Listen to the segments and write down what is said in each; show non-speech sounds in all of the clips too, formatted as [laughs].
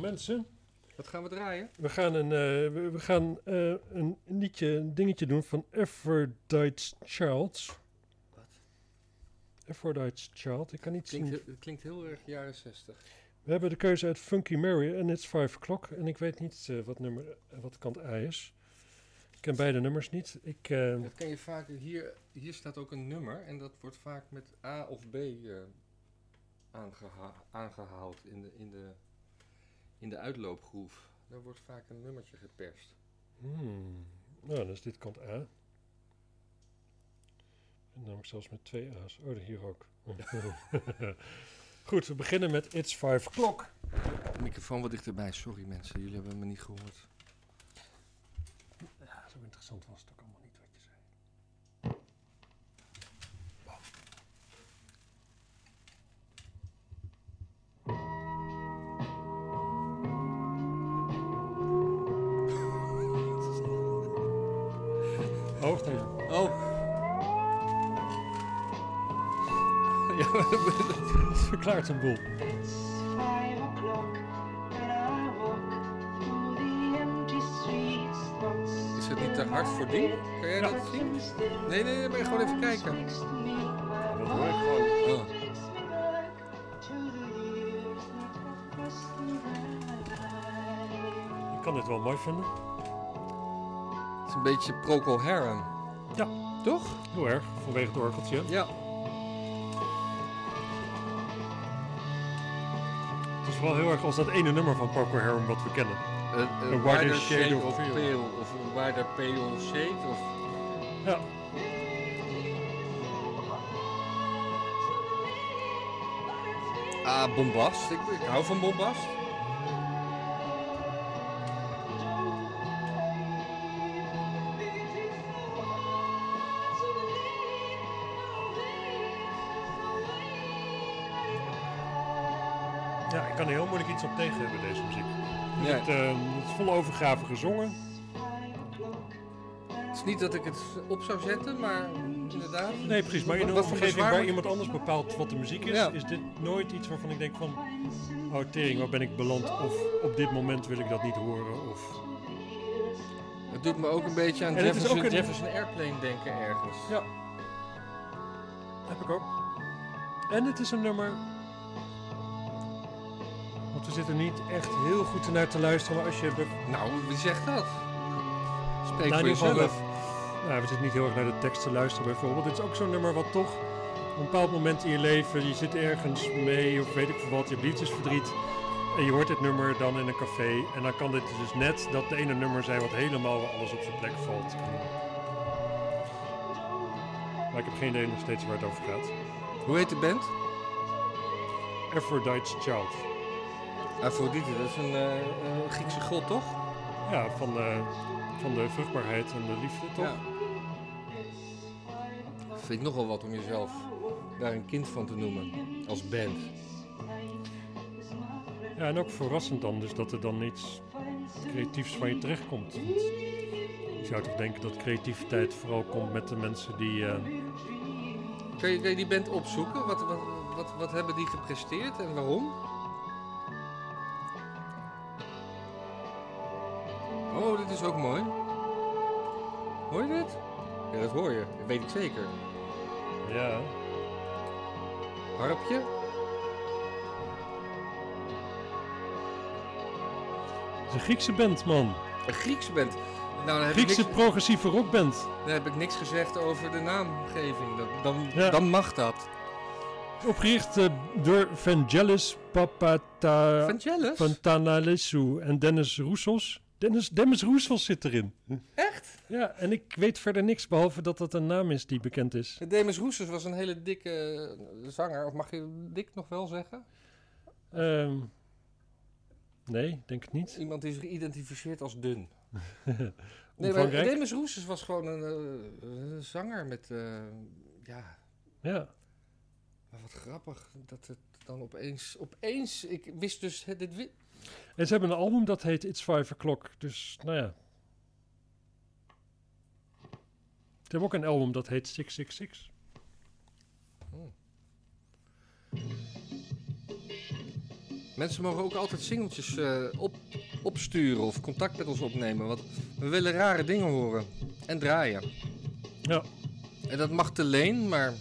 mensen. Wat gaan we draaien? We gaan een, eh, we, we gaan, eh, een liedje, een dingetje doen van Aphrodite's Child. Wat? Aphrodite's Child. Ik kan niet zien. Klinkt, het klinkt heel erg jaren 60. We hebben de keuze uit Funky Mary en It's 5 O'Clock. En ik weet niet eh, wat, nummer, eh, wat kant A is. Ik ken beide nummers niet. Ik, eh, Dat kan je vaak, hier, hier staat ook een nummer en dat wordt vaak met A of B eh, aangeha- aangehaald in de, in de, in de uitloopgroef. Daar wordt vaak een nummertje geperst. hmm. Nou, dan is dit kant A. En namelijk zelfs met twee A's. Oh, hier ook. [laughs] Goed, we beginnen met It's 5 O'Clock. Microfoon wat dichterbij, sorry mensen, jullie hebben me niet gehoord. Ja, zo interessant was het ook allemaal niet wat je zei. Oh, [laughs] nee. Oh, dat verklaart een boel. It's five o'clock and I walk through the empty streets. is het niet te hard voor die? Kan jij dat zien? Nee, nee, nee, maar gewoon even kijken. Dat hoor ik gewoon. Oh. Ik kan dit wel mooi vinden. Het is een beetje Procol Harum, Ja, toch? heel erg. Vanwege het orgeltje. Ja. Het is wel heel erg als dat ene nummer van Parker Harum wat we kennen. Een A wider shade of pale. Of een wider pale shade of... Ja. Ah, bombast. Ik, ik hou van bombast. ja, ik kan er heel moeilijk iets op tegen hebben, deze muziek. Nee. Het, eh, het is vol overgave gezongen. Het is niet dat ik het op zou zetten, maar inderdaad. Nee, precies. Maar in een Wat voor omgeving bezwaar waar moet- iemand anders bepaalt wat de muziek is, Ja. is dit nooit iets waarvan ik denk van... Oh, tering, waar ben ik beland? Of op dit moment wil ik dat niet horen. Of... Het doet me ook een beetje aan En het is Jefferson, ook een- Jefferson Airplane denken ergens. Ja. Heb ik ook. En het is een nummer... Want we zitten niet echt heel goed ernaar te luisteren, maar als je... be- Nou, wie zegt dat? Nou, Spreek voor in ieder geval, jezelf. we- nou, we zitten niet heel erg naar de tekst te luisteren bijvoorbeeld. Het is ook zo'n nummer wat toch op een bepaald moment in je leven, je zit ergens mee of weet ik veel wat, je hebt liefdesverdriet. En je hoort dit nummer dan in een café. En dan kan dit dus net dat ene nummer zijn wat helemaal alles op zijn plek valt. Maar ik heb geen idee nog steeds waar het over gaat. Hoe heet de band? Aphrodite's Child. Aphrodite, dat is een eh, eh, Griekse god, toch? Ja, van, eh, van de vruchtbaarheid en de liefde, toch? Ja. Vind ik nogal wat om jezelf daar een kind van te noemen, als band. Ja, en ook verrassend dan, dus dat er dan iets creatiefs van je terechtkomt. Want je zou toch denken dat creativiteit vooral komt met de mensen die... eh, Kun je, kun je die band opzoeken? Wat, wat, wat, wat hebben die gepresteerd en waarom? Oh, dit is ook mooi. Hoor je dit? Ja, dat hoor je. Dat weet ik zeker. ja, Harpje? het is een Griekse band, man. Een Griekse band. Nou, dan heb, Griekse ik niks, progressieve rockband. dan heb ik niks gezegd over de naamgeving. Dat, dan, Ja. dan mag dat. Opgericht eh, door Vangelis Papata... Vangelis? Pantanalescu en Dennis Roussos. Dennis, Dennis Roussos zit erin. Echt? Ja, en ik weet verder niks behalve dat dat een naam is die bekend is. Demis Roussos was een hele dikke eh, zanger. Of mag je dik nog wel zeggen? Ehm, nee, denk het niet. Iemand die zich identificeert als dun. Nee, maar Omvangrijk. Demis Roussos was gewoon een eh, eh, zanger met... eh, ja, Ja. maar wat grappig dat het dan opeens... Opeens, ik wist dus... hè, Dit, wi- En ze hebben een album dat heet It's Five O'Clock. Dus, nou ja. Ze hebben ook een album dat heet 666. Mensen mogen ook altijd singeltjes eh, op, opsturen of contact met ons opnemen. Want we willen rare dingen horen en draaien. Ja. En dat mag te leen, maar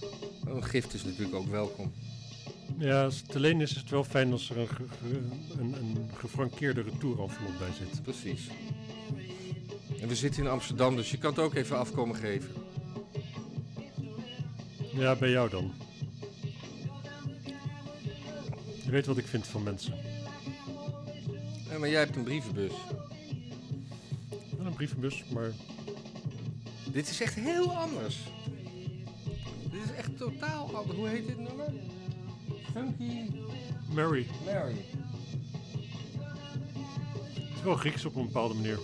een gift is natuurlijk ook welkom. Ja, als het alleen is, is het wel fijn als er een, ge- ge- een, een gefrankeerde retour-envelop bij zit. Precies. En we zitten in Amsterdam, dus je kan het ook even afkomen geven. Ja, bij jou dan. Je weet wat ik vind van mensen. Eh, maar jij hebt een brievenbus. Wel een brievenbus, maar Dit is echt heel anders. Dit is echt totaal anders. Hoe heet dit nummer? Funky Mary. Mary. Het is wel Grieks op een bepaalde manier.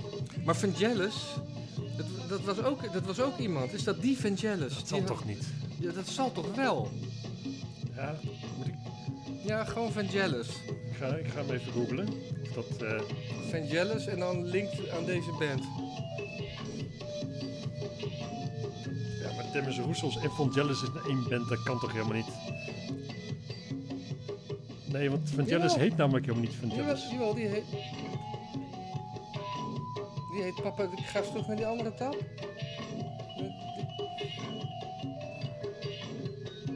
Maar Vangelis, dat, dat, was ook, dat was ook iemand. Is dat die Vangelis? Dat zal toch niet? Ja, dat zal toch wel? Ja, moet ik, Ja, gewoon Vangelis. ik, ga, ik ga hem even googlen. Of dat, eh, Vangelis en dan linkt aan deze band. ja, maar Temmers Roesels en Vangelis is één band, dat kan toch helemaal niet? Nee, want Vangelis Jawel. heet namelijk helemaal niet Jawel, Vangelis. jawel, die heet... Die heet papa... Ik ga eens terug naar die andere tab.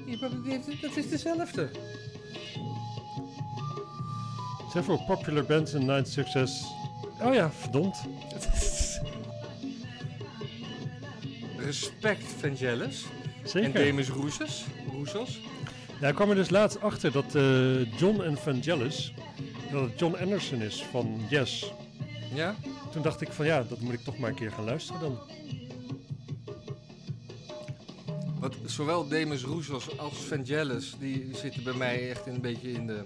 Die papa, die heeft, dat is dezelfde. Several popular bands and nine success. Oh ja, verdomd. Respect Vangelis. En Zeker. Demis Roussos. Roussos. Ja, ik kwam er dus laatst achter dat eh, John en Vangelis, dat het John Anderson is van Yes. Ja? Toen dacht ik van ja, dat moet ik toch maar een keer gaan luisteren dan. Want zowel Demis Roussos als Vangelis, die zitten bij mij echt een beetje in de,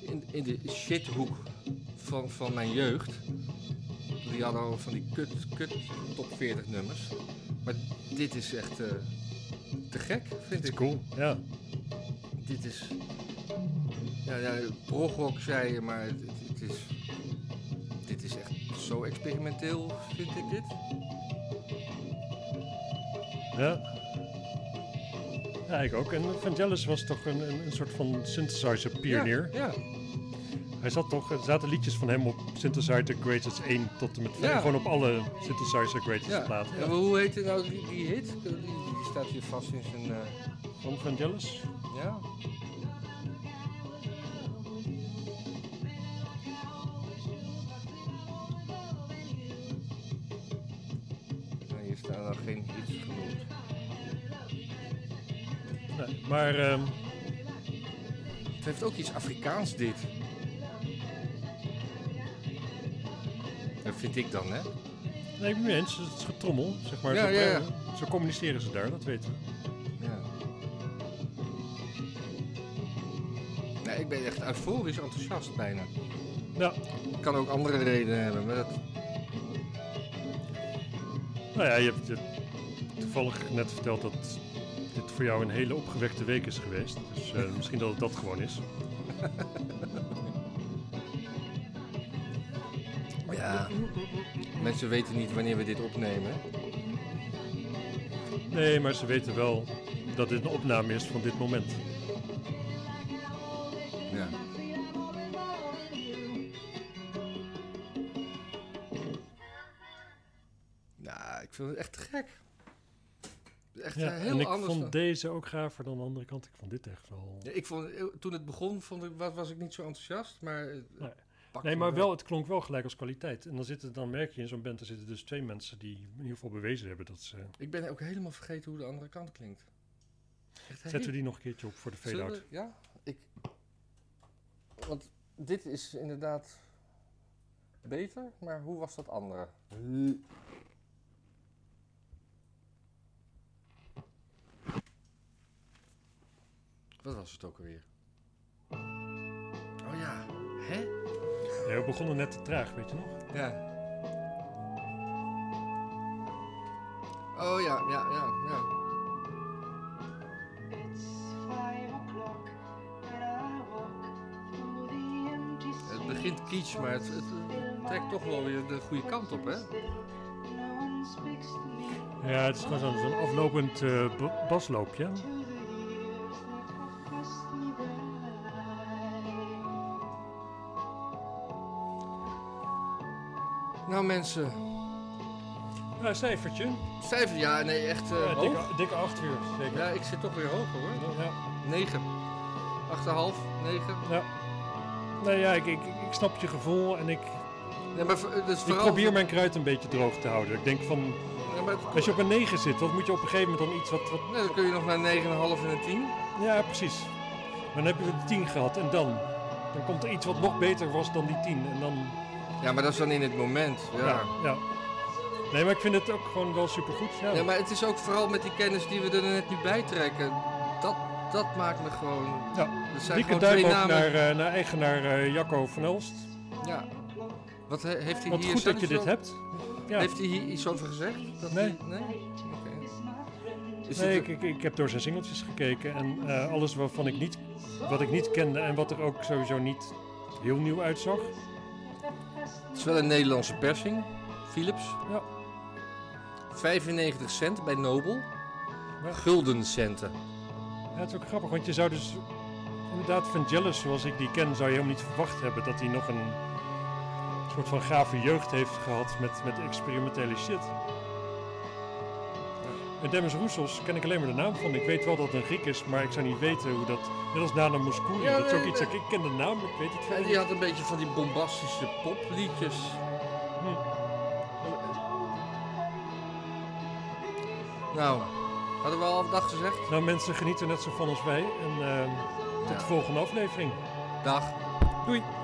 in, in de shithoek van, van mijn jeugd. Die hadden al van die kut, kut top 40 nummers. Maar dit is echt eh, te gek, vind Dit is ik. cool. Ja. Dit is... Ja, ja, progrock zei je, maar het, het- het is... Dit is echt zo experimenteel, vind ik dit. Ja. Ja, ik ook. En Vangelis was toch een, een, een soort van synthesizer pionier. Ja, ja. Hij zat toch, er zaten liedjes van hem op Synthesizer Greatest 1 tot en met Ja. Gewoon op alle Synthesizer Greatest Ja. platen. En hoe heet het nou die, die hit? Die, die staat hier vast in zijn. eh, Van Vangelis. ja. Nou, hier staan nog geen hits genoemd. Nee, maar ehm, Het heeft ook iets Afrikaans dit. Dat vind ik dan, hè? nee, ik ben het mee eens. Het is getrommel, zeg maar. Ja, zo, ja, ja. eh, zo communiceren ze daar, dat weten we. Ja. Nee, ik ben echt euforisch enthousiast bijna. Ja. kan ook andere redenen hebben, maar dat, Nou ja, je hebt je hebt toevallig net verteld dat dit voor jou een hele opgewekte week is geweest. Dus [laughs] eh, misschien dat het dat gewoon is. Ja. Mensen weten niet wanneer we dit opnemen. Nee, maar ze weten wel dat dit een opname is van dit moment. Ja. Nou, ik vind het echt te gek. Echt Ja, eh, en heel ik anders. vond dan- deze ook gaver dan de andere kant. Ik vond dit echt wel... Ja, ik vond, eh, toen het begon vond ik, was, was ik niet zo enthousiast, maar... het Nee. pakte Nee, me maar wel, het klonk wel gelijk als kwaliteit. En dan, zitten, dan merk je in zo'n band, er zitten dus twee mensen die in ieder geval bewezen hebben dat ze... Ik ben ook helemaal vergeten hoe de andere kant klinkt. Echt Zetten we die nog een keertje op voor de Zullen fade-out. we- Ja, ik. Want dit is inderdaad beter, maar hoe was dat andere? Wat was het ook alweer? Oh ja, hè? Nee, we begonnen net te traag, weet je nog? Ja. Oh ja, ja, ja, ja. Het begint kitsch, maar het, het trekt toch wel weer de goede kant op, hè? Ja, het is gewoon zo'n zo'n aflopend eh, ba- basloopje. Nou mensen, Ja, Eh, cijfertje. cijfer, ja nee echt eh, Ja, hoog. dikke, dikke acht uur, zeker. Eh, Ja, ik zit toch weer hoger hoor. Ja. 9. 8,5, 9. ja. Nou ja, ik, ik, ik snap je gevoel en ik, Nee, maar v- dus ik vooral... probeer mijn kruid een beetje droog te houden. Ik denk van, Ja, maar het- als je op een 9 zit, wat moet je op een gegeven moment dan iets wat... wat Nee, dan kun je nog naar 9,5 en een 10. ja, precies. Dan heb je de 10 gehad en dan? Dan komt er iets wat nog beter was dan die 10. En dan, Ja, maar dat is dan in het moment. Ja. ja. Ja. ja. Nee, maar ik vind het ook gewoon wel supergoed. Ja. maar het is ook vooral met die kennis die we er net nu bij trekken. Dat, dat maakt me gewoon... Ja. Er zijn Dikke gewoon duim twee ook namen. naar, eh, naar eigenaar eh, Jacco van Elst. Ja. Wat he- heeft hij Wat hier... goed dat zelf je dit wel- hebt. Ja. Heeft hij hier iets over gezegd? Dat Nee. hij- nee? Oké. Is Nee, dit ik, ik, ik heb door zijn singeltjes gekeken en eh, alles waarvan ik niet, wat ik niet kende en wat er ook sowieso niet heel nieuw uitzag. Het is wel een Nederlandse persing. Philips. Ja. 95 cent bij Nobel. Ja. Guldencenten. Ja, het is ook grappig, want je zou dus inderdaad van Jealous, zoals ik die ken, zou je helemaal niet verwacht hebben dat hij nog een soort van gave jeugd heeft gehad met, met experimentele shit. En Demis Roussos ken ik alleen maar de naam van. Ik weet wel dat het een Griek is, maar ik zou niet weten hoe dat... Net als Nana Mouskouri, Ja, dat is nee, ook iets... nee. dat Ik ik ken de naam, ik weet het En verder die niet. had een beetje van die bombastische popliedjes. Hm. Nou, hadden we al een dag gezegd? Nou mensen, genieten net zo van als wij. En ehm, tot Ja. de volgende aflevering. Dag. Doei!